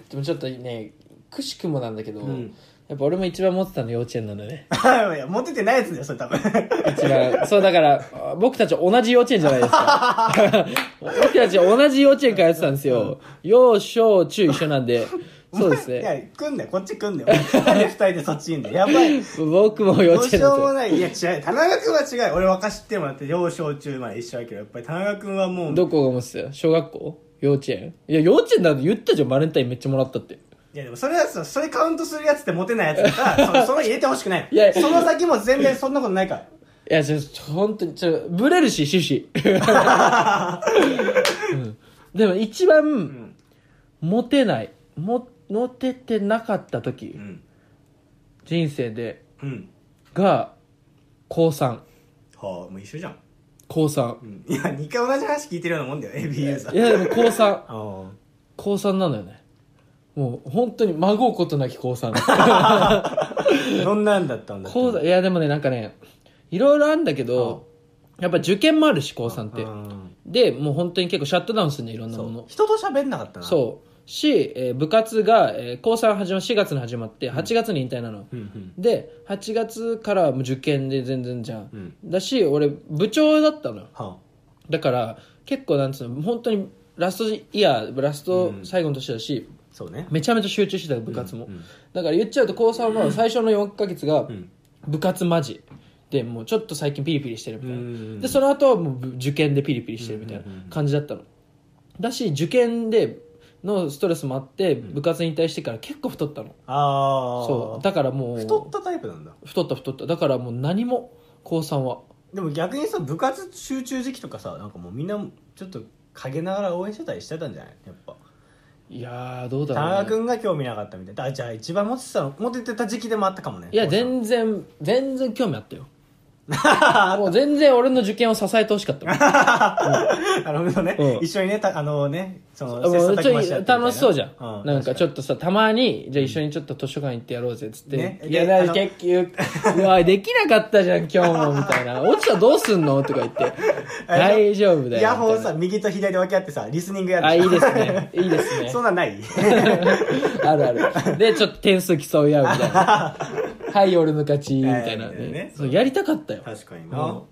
Speaker 2: ーでもちょっとね、くしくもなんだけど、
Speaker 1: うん
Speaker 2: やっぱ俺も一番持ってたの幼稚園なのね。
Speaker 1: いや、モテてないやつだよ、それ多分。
Speaker 2: 一番。そうだから、あ僕たち同じ幼稚園じゃないです か。僕たち同じ幼稚園からやってたんですよ。幼少中一緒なんで。そうです
Speaker 1: い
Speaker 2: ね。
Speaker 1: や、来んだよ、こっち来んだよ。なんで二人でそっちいんだよ。やば い。
Speaker 2: 僕も幼
Speaker 1: どう
Speaker 2: 稚
Speaker 1: し
Speaker 2: 園だ
Speaker 1: よう
Speaker 2: っ
Speaker 1: もない。いや、違う。田中君は違う。俺若知ってもらって、幼少中まで一緒だけど、やっぱり田中君はも
Speaker 2: た。
Speaker 1: う、
Speaker 2: どこが持ってた小学校幼稚園いや、幼稚園だって言ったじゃん、バレンタインめっちゃもらったって。
Speaker 1: いやでもそれはさ、それカウントするやつってモテないやつだから、そその入れてほしくない。
Speaker 2: いや
Speaker 1: その先も全然そんなことないから。
Speaker 2: いや、ちょ、ちょ本当に、ちょ、ブレるし、趣旨。うんでも一番、
Speaker 1: ん
Speaker 2: モテない。も、モテてなかった時、
Speaker 1: うん。
Speaker 2: 人生で、
Speaker 1: うん。
Speaker 2: が、高3。
Speaker 1: はあ、もう一緒じゃん。
Speaker 2: 高3
Speaker 1: う。ん。いや、二回同じ話聞いてるようなもんだよ、ABU さん。
Speaker 2: いや、でも高3。
Speaker 1: ああ。
Speaker 2: 高3なのよね。もう、本当に、孫うことなき高3。
Speaker 1: どんなんだったんだ
Speaker 2: 高三いや、でもね、なんかね、いろいろあるんだけど、やっぱ受験もあるし、高3って。で、もう本当に結構シャットダウンするね、いろんなもの。
Speaker 1: 人と喋んなかったなう
Speaker 2: そう。し、えー部活が、えー高3始ま4月に始まって、8月に引退なの。
Speaker 1: うん
Speaker 2: で、8月からはもう受験で全然じゃん。
Speaker 1: うん
Speaker 2: だし、俺、部長だったのよ。
Speaker 1: は
Speaker 2: だから、結構なんつうの、本当にラストイヤー、ラスト最後の年だし、
Speaker 1: あそうね
Speaker 2: めちゃめちゃ集中してた部活も。
Speaker 1: うんうん
Speaker 2: だから言っちゃうと、高3の最初の4ヶ月が
Speaker 1: ん、
Speaker 2: 部活マジ。で、もうちょっと最近ピリピリしてるみたいな。
Speaker 1: うん
Speaker 2: で、その後はもうぶ受験でピリピリしてるみたいな感じだったの。だし、受験でのストレスもあって、部活に対してから結構太ったの。
Speaker 1: ああ
Speaker 2: そう。だからもう、
Speaker 1: 太ったタイプなんだ
Speaker 2: 太った太った。だからもう何も、高3は。
Speaker 1: でも逆にさ部活集中時期とかさなんかもうみんなちょっと陰ながら応援してたりしてたんじゃないやっぱ
Speaker 2: いやー、どうだ
Speaker 1: 田
Speaker 2: ろう、ね。
Speaker 1: 中君が興味なかったみたいなあじゃあ一番モテてたのモテてた時期でもあったかもね
Speaker 2: い や、
Speaker 1: 然
Speaker 2: 全然、全然興味あった よ。もう全然俺の受験を支えてほしかったもん。
Speaker 1: なるほどね、
Speaker 2: うん
Speaker 1: 一緒にねたあのねその
Speaker 2: もうちょ
Speaker 1: ま
Speaker 2: い
Speaker 1: し合ってみたいな
Speaker 2: 楽しそうじゃ。
Speaker 1: うん
Speaker 2: なんかちょっとさ、たまに、じゃあ一緒にちょっと図書館行ってやろうぜ、つって。
Speaker 1: ね
Speaker 2: いや、
Speaker 1: で
Speaker 2: だ
Speaker 1: あ
Speaker 2: か
Speaker 1: の
Speaker 2: ら結局、うわ、できなかったじゃん、今日も、みたいな。落ちたらどうすんのとか言って。
Speaker 1: あの
Speaker 2: 大丈夫だよ。
Speaker 1: イヤホン
Speaker 2: みた
Speaker 1: さ
Speaker 2: い
Speaker 1: 右と左で分け合ってさリスニングや
Speaker 2: な
Speaker 1: る
Speaker 2: あ、いいですね。いいですね
Speaker 1: そ。んなん ない
Speaker 2: あるある。で、ちょっと点数競い合うみたいな。 はい、俺の勝ち、みたいな
Speaker 1: はいはいはい
Speaker 2: ね
Speaker 1: ね。
Speaker 2: そうやりたかったよ。
Speaker 1: 確かに
Speaker 2: うん
Speaker 1: な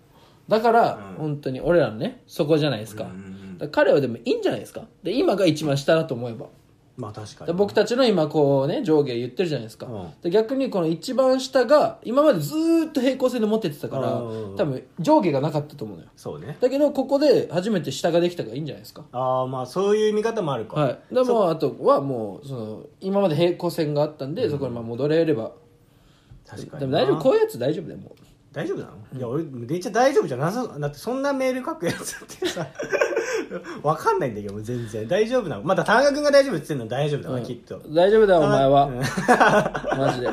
Speaker 2: だから、
Speaker 1: うん
Speaker 2: 本当に俺らのね、そこじゃないですか。
Speaker 1: うんうんうん
Speaker 2: だから彼はでもいいんじゃないですか。で、今が一番下だと思えば。
Speaker 1: まあ確か
Speaker 2: で
Speaker 1: に
Speaker 2: 僕たちの今こうね上下言ってるじゃないですか、
Speaker 1: うん
Speaker 2: で逆にこの一番下が今までずーっと平行線で持ってってたから
Speaker 1: うん
Speaker 2: 多分上下がなかったと思うのよ
Speaker 1: そうね
Speaker 2: だけどここで初めて下ができたからいいんじゃないですか
Speaker 1: ああまあそういう見方もあるか、
Speaker 2: はいでもあとはもうその今まで平行線があったんで、そこにまあ戻れれば
Speaker 1: 確か
Speaker 2: で
Speaker 1: に
Speaker 2: も
Speaker 1: な
Speaker 2: 大丈夫こういうやつ大丈夫だよもう
Speaker 1: 大丈夫なの、いや俺めっちゃ大丈夫じゃなさだってそんなメール書くやつってさ わかんないんだけど全然大丈夫なのまだ田中君が大丈夫って言ってんの大丈夫だわ、
Speaker 2: うん
Speaker 1: きっと
Speaker 2: 大丈夫だよお前 は、
Speaker 1: うん
Speaker 2: マジで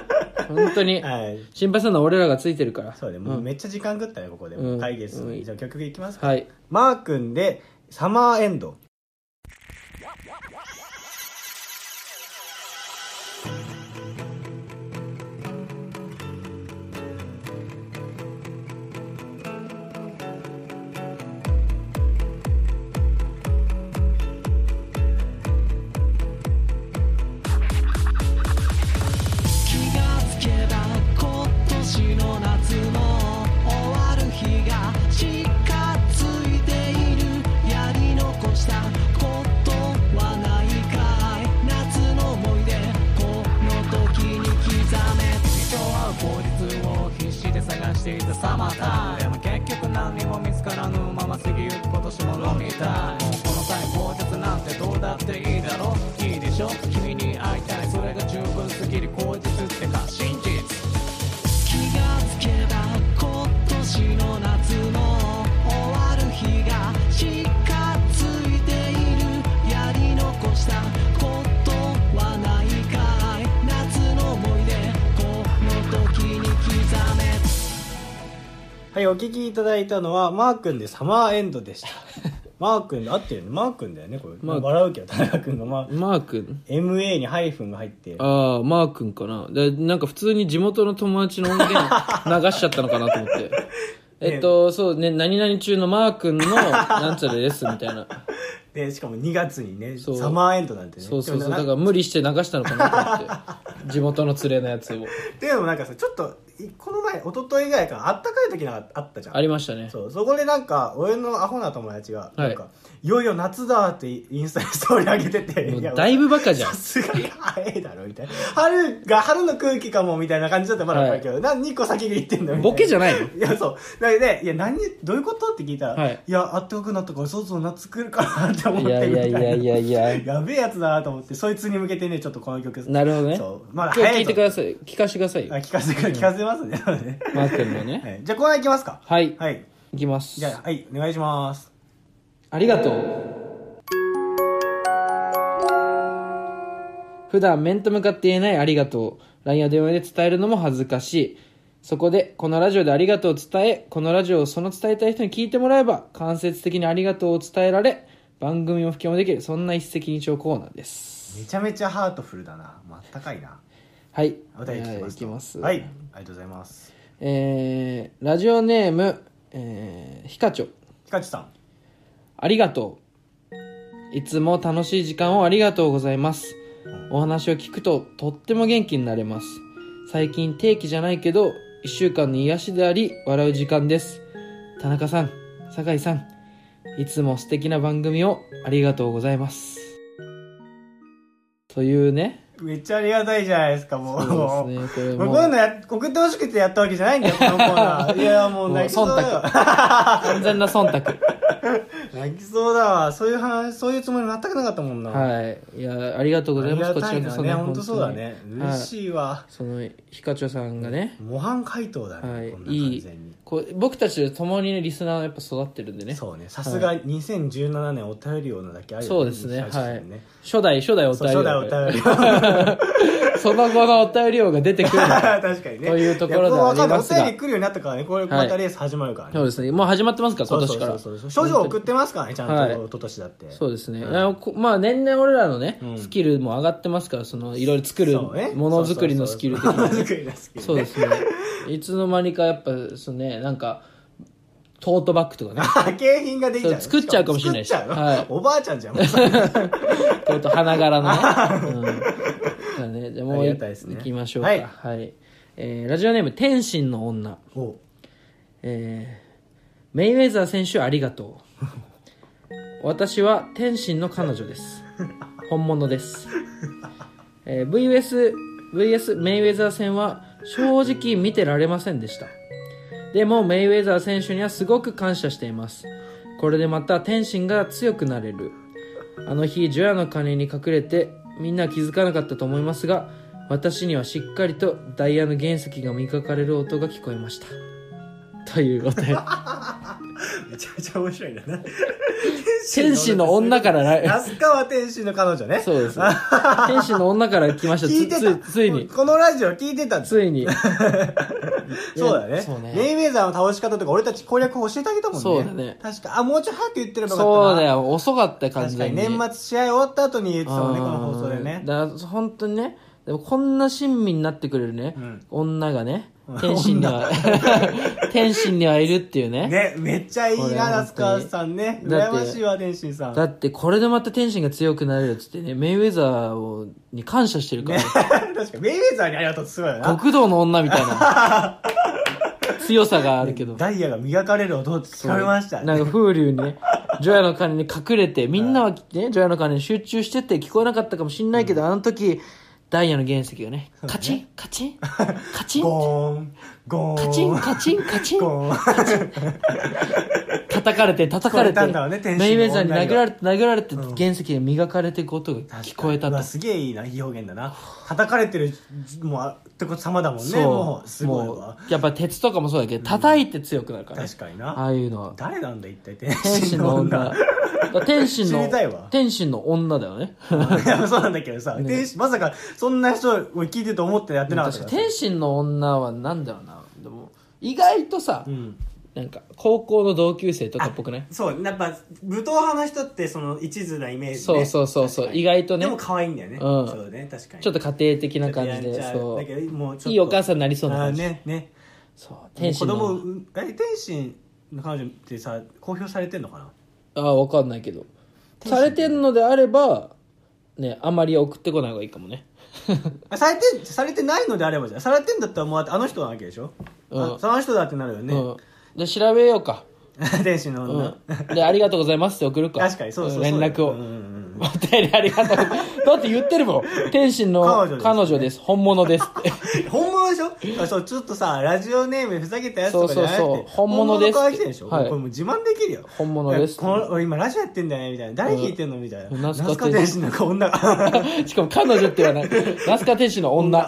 Speaker 2: 本当に
Speaker 1: はい
Speaker 2: 心配するのは俺らがついてるから
Speaker 1: そうねもううめっちゃ時間食ったよここで、
Speaker 2: うん
Speaker 1: 会議室
Speaker 2: うん
Speaker 1: にじゃあ曲いきますか、
Speaker 2: はい
Speaker 1: マー君でサマーエンド
Speaker 3: 気がつけば今年の夏も終わる日が近づいているやり残したことはないかい夏の思い出この時に刻め人は効率を必死で探していたサマータイム結局何にも見つからぬまま過ぎゆく今年も飲みたいもうこの際口実なんてどうだっていいだろういいでしょ君に会いたいそれが十分すぎる口実ってか真実気がつけば今
Speaker 1: はい、お聞きいただいたのは、マー君でサマーエンド でした。マー君で、合ってるよね。マー君だよね、これ。
Speaker 2: マー君
Speaker 1: 笑うけど、田中君が、まあ、
Speaker 2: マー君
Speaker 1: MA にハイフンが入って、
Speaker 2: ああマー君かなでなんか普通に地元の友達の音 源流しちゃったのかなと思ってえっとそうね何々中のマー君のなんつうのですみたいな
Speaker 1: で、しかも2月にね、
Speaker 2: そう
Speaker 1: サマーエンドなんてね。
Speaker 2: そうそう
Speaker 1: で
Speaker 2: そ
Speaker 1: も
Speaker 2: うだ
Speaker 1: な
Speaker 2: から無理して流したのかなと 思って地元の連れのやつを
Speaker 1: っていうのもなんかさ、ちょっと、いこの前、一昨日ぐらいからあったかい時があったじゃん。
Speaker 2: ありましたね
Speaker 1: そうそこでなんか俺のアホな友達が
Speaker 2: はい
Speaker 1: なんか、い、よいよ夏だってインスタにストーリー上げてて
Speaker 2: もう
Speaker 1: いや
Speaker 2: だいぶバカじゃん
Speaker 1: さすがに早いだろみたいな春が春の空気かもみたいな感じだったまだ
Speaker 2: はい
Speaker 1: だけど、何2個先に行ってんだみたいな
Speaker 2: ボケじゃないの
Speaker 1: いやそうだけで「いや何どういうこと?」って聞いたら「
Speaker 2: はい
Speaker 1: い、やあったかくなったからそろそろ夏来るかな」って思っ
Speaker 2: い
Speaker 1: てみた
Speaker 2: や
Speaker 1: い
Speaker 2: い
Speaker 1: な
Speaker 2: やいやいやいや
Speaker 1: やべえやつだなと思ってそいつに向けてねちょっとこの曲
Speaker 2: なるほど ね
Speaker 1: そうまだ
Speaker 2: 今
Speaker 1: 早
Speaker 2: 日聞
Speaker 1: い
Speaker 2: いてください聞かせてください
Speaker 1: あ
Speaker 2: よ
Speaker 1: 聞かせてくれ聞かせますね、
Speaker 2: マー君のね
Speaker 1: はいじゃあコーナー行きますか
Speaker 2: はい、い、
Speaker 1: はい
Speaker 2: きます
Speaker 1: じゃあはいお願いします
Speaker 2: ありがとう普段面と向かって言えないありがとう LINE や電話で伝えるのも恥ずかしいそこでこのラジオでありがとうを伝えこのラジオをその伝えたい人に聞いてもらえば間接的にありがとうを伝えられ番組も布教もできるそんな一石二鳥コーナーです
Speaker 1: めちゃめちゃハートフルだな。まあ、あったかいな。
Speaker 2: はい
Speaker 1: お便り来て
Speaker 2: えー
Speaker 1: ま
Speaker 2: い
Speaker 1: す。
Speaker 2: きます
Speaker 1: はい。ありがとうございます。
Speaker 2: えーラジオネーム、えー、ひかちょ
Speaker 1: ひかちさん。
Speaker 2: ありがとう。いつも楽しい時間をありがとうございます。お話を聞くととっても元気になれます。最近定期じゃないけど、一週間の癒しであり、笑う時間です。田中さん、酒井さん、いつも素敵な番組をありがとうございます。というね。
Speaker 1: めっちゃありがたいじゃないですか、もう。
Speaker 2: そうですね、
Speaker 1: も
Speaker 2: これ
Speaker 1: う
Speaker 2: も
Speaker 1: こういうのや送ってほしくてやったわけじゃないんだよ、このコーナ ー。いや、もう
Speaker 2: もう
Speaker 1: 泣きそうだよ。
Speaker 2: 完全な忖度。
Speaker 1: 泣きそうだわ。そういう話、そういうつもり全くなかったもんな。い。
Speaker 2: はい。いや、ありがとうご
Speaker 1: あ
Speaker 2: ざい
Speaker 1: り
Speaker 2: ます。
Speaker 1: が
Speaker 2: こち
Speaker 1: た
Speaker 2: ら
Speaker 1: い
Speaker 2: こ
Speaker 1: な
Speaker 2: そ
Speaker 1: ね、
Speaker 2: ね。
Speaker 1: 本当そうだね。
Speaker 2: 本当に
Speaker 1: 嬉しいわ。
Speaker 2: その、ひかちょさんがね、
Speaker 1: 模範解答だ
Speaker 2: は
Speaker 1: ね、
Speaker 2: い
Speaker 1: こん、ない完
Speaker 2: い
Speaker 1: 全に。
Speaker 2: こう僕たちと共にねリスナーはやっぱ育ってるんでね
Speaker 1: そうね、さすが2017年お便りようなだけある
Speaker 2: そ
Speaker 1: よ
Speaker 2: うですね
Speaker 1: ひかちさん
Speaker 2: はい初代初代お
Speaker 1: そう
Speaker 2: 便
Speaker 1: 初代お
Speaker 2: りだ
Speaker 1: 便り王。
Speaker 2: からその後のお便り量が出てくる
Speaker 1: 確かにね。
Speaker 2: というところではあ
Speaker 1: いやこうわ
Speaker 2: りますが
Speaker 1: かんないお便り来るようになったからね、これまたレース始まるからね。
Speaker 2: そうですねもう始まってますから
Speaker 1: そ
Speaker 2: 今
Speaker 1: う
Speaker 2: 年から
Speaker 1: そうそうそう。少女送ってますからね、ちゃんと、
Speaker 2: はい
Speaker 1: 一昨年だって。
Speaker 2: そうですね、あのこまあ年々俺らのね、
Speaker 1: うん
Speaker 2: スキルも上がってますからそのいろいろ作る
Speaker 1: そうね
Speaker 2: ものづくりのスキル的
Speaker 1: そうそうそ
Speaker 2: な
Speaker 1: うものづくりのス キルね。
Speaker 2: そうですねいつの間にかやっぱそのねなんかトートバッグとかね
Speaker 1: 景品ができちゃう。
Speaker 2: そう作っちゃうかもしれないし
Speaker 1: 作っちゃうの
Speaker 2: はい
Speaker 1: おばあちゃん じゃん。もうは
Speaker 2: トート花柄のね, 、うん、だからねじゃあも
Speaker 1: あ
Speaker 2: う
Speaker 1: り
Speaker 2: い
Speaker 1: がたいですね
Speaker 2: 行きましょうかは、
Speaker 1: はいい
Speaker 2: えーラジオネーム天心の女
Speaker 1: お
Speaker 2: えーメイウェザー選手ありがとう私は天心の彼女です本物です、えー VS, VS メイウェザー戦は正直見てられませんでしたでもメイウェザー選手にはすごく感謝していますこれでまた天心が強くなれるあの日除夜の鐘に隠れてみんなは気づかなかったと思いますが私にはしっかりとダイヤの原石が磨かれる音が聞こえましたというこ とで
Speaker 1: めちゃめちゃ面白いんだな。
Speaker 2: 天使の女から
Speaker 1: 那
Speaker 2: ら
Speaker 1: 須川天心の彼女ね。
Speaker 2: そう です 天使の女から来ました
Speaker 1: 聞いてた。
Speaker 2: つつついに
Speaker 1: このラジオ聞いてたんです
Speaker 2: つ いに
Speaker 1: そうだね
Speaker 2: そう。
Speaker 1: メ
Speaker 2: ね
Speaker 1: イウェザーの倒し方とか俺たち攻略法教えてあげたもんね。
Speaker 2: そうだね
Speaker 1: 確か、あ、もうちょい早く言ってればよかったな。
Speaker 2: そうだよ遅かった完
Speaker 1: 確か
Speaker 2: 全
Speaker 1: に
Speaker 2: に
Speaker 1: 年末試合終わった後に言ってたもんね
Speaker 2: う
Speaker 1: こ
Speaker 2: ん
Speaker 1: の放送でね
Speaker 2: だから本当にねでもこんな親身になってくれるね、
Speaker 1: ん
Speaker 2: 女がね天心には 天心にはいるっていうね
Speaker 1: ねめっちゃいい
Speaker 2: これ
Speaker 1: な
Speaker 2: は
Speaker 1: 那須川さんね
Speaker 2: 本当にだ
Speaker 1: 羨
Speaker 2: って
Speaker 1: ましいわ天心さん
Speaker 2: だってこれでまた天心が強くなれるっつってねメイウェザーをに感謝してるから、
Speaker 1: ね 確かメイウェザーにありがとうってすごいよな
Speaker 2: 極道の女みたいな 強さがあるけど
Speaker 1: ダイヤが磨かれる音って聞かれました
Speaker 2: なん
Speaker 1: ね
Speaker 2: か風流 にね、除夜の鐘に隠れて、みんなはね、除夜の鐘に集中してて聞こえなかったかもしんないけど、あの時、ダイヤの原石がね、カチン、カチン、カチン、
Speaker 1: ゴーンゴーン
Speaker 2: カチン、カチン、カチン、
Speaker 1: ゴーン
Speaker 2: 叩かれて、叩かれ
Speaker 1: 聞こえた
Speaker 2: て、
Speaker 1: んだわね天使の
Speaker 2: メイウェザーに
Speaker 1: 女が
Speaker 2: 殴られて、殴られて、原石が磨かれていく音が聞こえた
Speaker 1: う
Speaker 2: と
Speaker 1: わ。すげえいいないい表現だな叩かれてるもうあってこと様だもんねもうすごい
Speaker 2: も
Speaker 1: わ
Speaker 2: うやっぱ鉄とかもそうだけど、叩いて強くなるからね。
Speaker 1: 確かに
Speaker 2: あ
Speaker 1: な
Speaker 2: あいうのは。
Speaker 1: 誰なんだ一体天
Speaker 2: 天
Speaker 1: 心
Speaker 2: 心
Speaker 1: の
Speaker 2: の女。
Speaker 1: 女
Speaker 2: だから天心
Speaker 1: 知りたいわ
Speaker 2: の、天心の女だよね。
Speaker 1: いや そうなんだけどさ、天心まさかそんな人俺聞いてると思ってやってなかった
Speaker 2: 確
Speaker 1: か
Speaker 2: から天心の女はなんだろうなでも意外とさ、
Speaker 1: うん
Speaker 2: なんか高校の同級生とかっぽくない
Speaker 1: そうやっぱ武闘派の人ってその一途なイメージ、ね、
Speaker 2: そうそうそうそう
Speaker 1: 確かに
Speaker 2: 意外とね
Speaker 1: でも可愛いんだよね、
Speaker 2: ん
Speaker 1: そうね確かに
Speaker 2: ちょっと家庭的な感じ
Speaker 1: ちょっとや
Speaker 2: で
Speaker 1: んちゃ
Speaker 2: そ
Speaker 1: だけどもうちょっ
Speaker 2: う
Speaker 1: と
Speaker 2: いいお母さんになりそうな
Speaker 1: あー
Speaker 2: 感じ、
Speaker 1: ねね
Speaker 2: そう天使
Speaker 1: 子供
Speaker 2: の
Speaker 1: うえ天心の彼女ってさ公表されてんのかな
Speaker 2: ああ分かんないけどされてんのであればねあまり送ってこない方がいいかもね
Speaker 1: あされてされてないのであればじゃんされてんだったらもうだってあの人なわけでしょ、
Speaker 2: うん
Speaker 1: あその人だってなるよね、
Speaker 2: うん、で調べようか、
Speaker 1: 天心の女、
Speaker 2: うん、で「ありがとうございます」って送るか
Speaker 1: 確かにそうそうそう
Speaker 2: 連絡を、
Speaker 1: うんうん
Speaker 2: お便りありがとうだって言ってるもん天心の
Speaker 1: 彼女です
Speaker 2: 彼女です本物ですって
Speaker 1: うん本物でしょあそうちょっとさラジオネームふざけたやつとかじゃなくて
Speaker 2: そうそうそう本物です
Speaker 1: 本物可愛くてでしょ、
Speaker 2: はい
Speaker 1: これもう自慢できるよ
Speaker 2: 本物です
Speaker 1: いやこの俺今ラジオやってんだよねみたいな誰聞いてんのみたいな、
Speaker 2: うん
Speaker 1: ナ
Speaker 2: ナ
Speaker 1: ス
Speaker 2: ス
Speaker 1: カ
Speaker 2: カ
Speaker 1: 天心なんか女が
Speaker 2: しかも彼女って言わないナスカ天心の女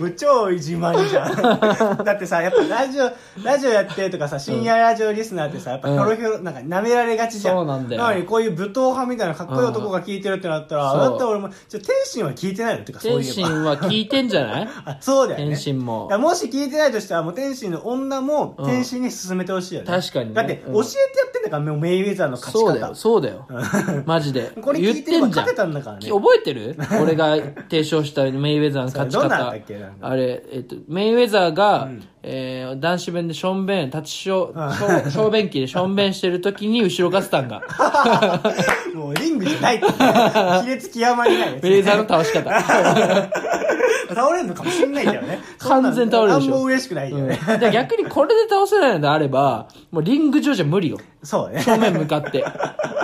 Speaker 1: 無超自慢じゃ んだってさやっぱラジオラジオやってとかさ深夜ラジオリスナーってさやっぱひょろひょろなんか舐められがちじゃん
Speaker 2: そうなんだよ
Speaker 1: なのにこういう武闘派みたいなかっこいい男が聞いてるってなったら、
Speaker 2: うん
Speaker 1: だって俺もちょ天心は聞いてないのっていうかそうい
Speaker 2: 天
Speaker 1: えば
Speaker 2: 心は聞いてんじゃない
Speaker 1: あそうだよね
Speaker 2: 天心も
Speaker 1: だからもし聞いてないとしたらもう天心の女も天心に勧めてほしいよね、
Speaker 2: うん確かにね
Speaker 1: だって
Speaker 2: うん
Speaker 1: 教えてやってんだから、もうメイウェザーの勝ち
Speaker 2: そうだ
Speaker 1: 方
Speaker 2: よそうだよマジで
Speaker 1: これ聞いてれば
Speaker 2: 言ってんじゃ
Speaker 1: 勝てた
Speaker 2: ん
Speaker 1: んだからね
Speaker 2: き覚えてる俺が提唱したメイウェザーの勝ち
Speaker 1: それどうなん
Speaker 2: 方
Speaker 1: だっけなんか
Speaker 2: あれ、えっと、メイウェザーが、えー男子弁でしょんべん立ちしょ小小便器でしょんべんしてる時に後ろガスタ ンが
Speaker 1: もうリングじゃ ないって、ね、亀裂極まりないやつ
Speaker 2: メイウェザーの倒し 方
Speaker 1: 倒れるのかもしんないけどね
Speaker 2: 完全に倒れるで
Speaker 1: そんな
Speaker 2: しょ
Speaker 1: のあんま嬉しくないよね、
Speaker 2: うんで逆にこれで倒せないのであれば、もうリング上じゃ無理よ。
Speaker 1: そうね
Speaker 2: 正面 向かって。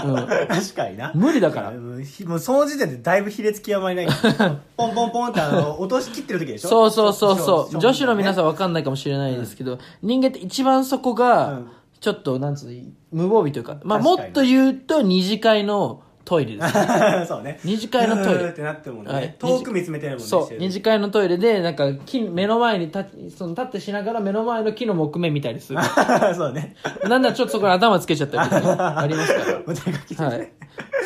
Speaker 2: うん。
Speaker 1: 確かにな
Speaker 2: 無理だから
Speaker 1: うんひもうその時点でだいぶ卑劣極ま りないからポンポンポンってあの落とし切ってる時でしょ
Speaker 2: そうそうそうそう。女子の皆
Speaker 1: ん
Speaker 2: さんわかんないかもしれないですけど、人間って一番そこ
Speaker 1: う
Speaker 2: が
Speaker 1: ん、
Speaker 2: ちょっと、なんつうの、無防備というか、まあも
Speaker 1: 確かに
Speaker 2: っと言うと二次会のトイレです。
Speaker 1: そうね
Speaker 2: 二次会のトイレ
Speaker 1: うーってなってるもんね、
Speaker 2: はい
Speaker 1: 遠く見つめてるもんね
Speaker 2: そう
Speaker 1: してる
Speaker 2: 二次会のトイレでなんか木目の前に立その立ってしながら目の前の木の木目見たりする
Speaker 1: そうね。
Speaker 2: なんならちょっとそこに頭つけちゃったりとかね、ありますから
Speaker 1: お出かけ
Speaker 2: はい。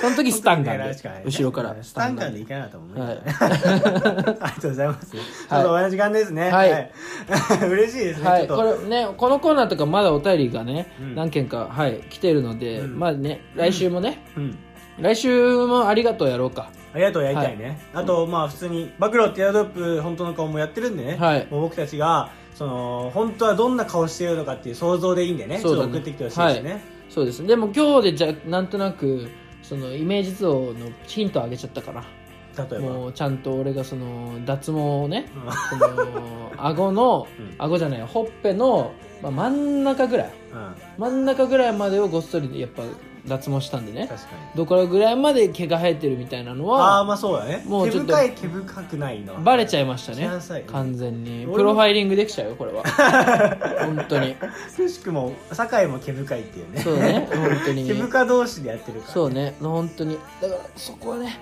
Speaker 2: その時スタンガンで、後ろから
Speaker 1: スタンガンで
Speaker 2: で。
Speaker 1: いかなと思う。
Speaker 2: は
Speaker 1: あ
Speaker 2: い
Speaker 1: りがとうございます。ちょっと同じ時間ですね。
Speaker 2: はい。
Speaker 1: 嬉しいですね。
Speaker 2: はい、
Speaker 1: ちょ
Speaker 2: こ
Speaker 1: っ
Speaker 2: れね、このコーナーとかまだお便りがね、
Speaker 1: うん
Speaker 2: 何件か、はい、来てるので、まあね、来週もね、
Speaker 1: と。うん。
Speaker 2: 来週もありがとうやろうか。
Speaker 1: ありがとうやりたいね。あと、まあ、普通に、暴露ってエアドロップ、本当の顔もやってるんでね。
Speaker 2: はい
Speaker 1: もう僕たちが、その、本当はどんな顔してるのかっていう想像でいいんでね。
Speaker 2: そう
Speaker 1: ちょ
Speaker 2: だ
Speaker 1: っ
Speaker 2: ね
Speaker 1: と送ってきてほしいですね。
Speaker 2: そうですね。でも今日でじゃ、なんとなく、そのイメージ像のヒントあげちゃったから、
Speaker 1: 例えば。
Speaker 2: もうちゃんと俺がその脱毛をね、
Speaker 1: うん
Speaker 2: その、顎の
Speaker 1: うん、
Speaker 2: 顎じゃない、ほっぺの、まあ、真ん中ぐらい、
Speaker 1: うん。
Speaker 2: 真ん中ぐらいまでをごっそりやっぱ脱毛したんでね。
Speaker 1: 確かに。
Speaker 2: どこらぐらいまで毛が生えてるみたいなの
Speaker 1: ああ、
Speaker 2: は
Speaker 1: まあそうだね。
Speaker 2: も
Speaker 1: 毛
Speaker 2: うちょっと
Speaker 1: 深い、毛深くないの。
Speaker 2: バレちゃいましたね
Speaker 1: 知らんさい
Speaker 2: 完全に
Speaker 1: 俺も
Speaker 2: プロファイリングできちゃうよ これは本当に
Speaker 1: くしくも酒井も毛深いっていうね
Speaker 2: そうね本当に
Speaker 1: 毛深同士でやってるから
Speaker 2: そうね本当にだからそこはね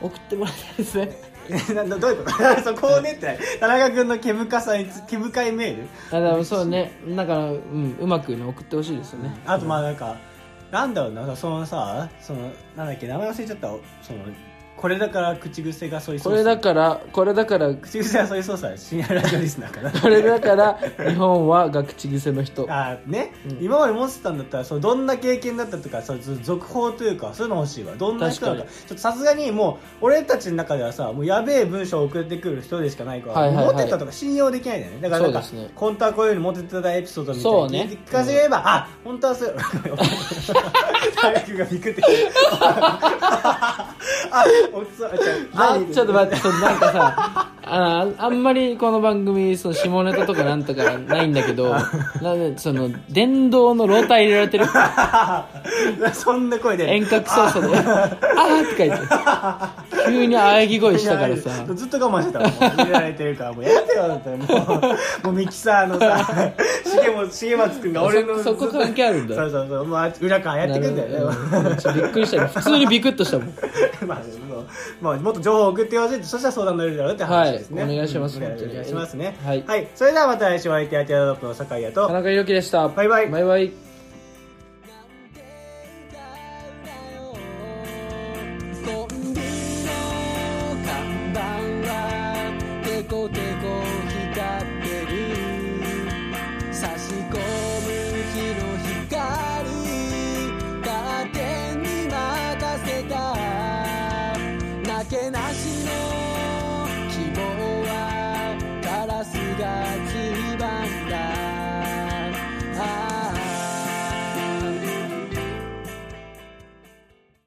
Speaker 2: 送ってもらいたいですね
Speaker 1: ね などういうことそこをねって田中君の毛深さにつ毛深いメール
Speaker 2: あだからそうねだから、うん、うまくね送ってほしいですよね
Speaker 1: あとまあなんか、なんだろうなそのさそのなんだっけ名前忘れちゃったそのこれだから口癖がそういう
Speaker 2: これだからこれだから
Speaker 1: 口癖がそういう操作深夜ラジオリスナーかな
Speaker 2: これだから日本はが口癖の人
Speaker 1: あーね、
Speaker 2: うん
Speaker 1: 今まで持ってたんだったらそうどんな経験だったとかそうず続報というかそういうの欲しいわどんな人なのか
Speaker 2: 確
Speaker 1: ちょっとさすがにもう俺たちの中ではさもうやべえ文章を送ってくる人でしかないから、
Speaker 2: はいはいはい
Speaker 1: 持ってたとか信用できないんだよねだからなんか、
Speaker 2: そうですね
Speaker 1: 本当はこういうふうに持ってたエピソードみたい
Speaker 2: そう
Speaker 1: な、
Speaker 2: ね
Speaker 1: 聞かせれば、あ本当は そう大学がビクってあおっさんあ違う
Speaker 2: あ
Speaker 1: 何
Speaker 2: ちょっと待ってそのなんかさああんまりこの番組その下ネタとかなんとかないんだけどなんでその電動のローター入れられてる
Speaker 1: そんな声で
Speaker 2: 遠隔操作で「あー」って書いて急に喘ぎ声したからさ
Speaker 1: ずっと我慢してたもう見られてるからもうやってよだってもうもうミキサーの さ重松重松君が俺の
Speaker 2: そそこ関係あるんだ
Speaker 1: そうそうそうもうあ裏から やってくんだよね
Speaker 2: なるほどうんちょっとびっくりしたよ普通にビクッとしたもん
Speaker 1: まあでもまあもっと情報を送ってほしいってそしたら相談乗れるだろうって話ですね、
Speaker 2: はいお願いします
Speaker 1: うんお願いしますね
Speaker 2: はい
Speaker 1: それではまた来週お相手はティアドロップの酒井屋
Speaker 2: 田
Speaker 1: と
Speaker 2: 中裕樹でした
Speaker 1: バイバイ
Speaker 2: バイバイ
Speaker 3: コンビニの看板はテコテコ光ってる差し少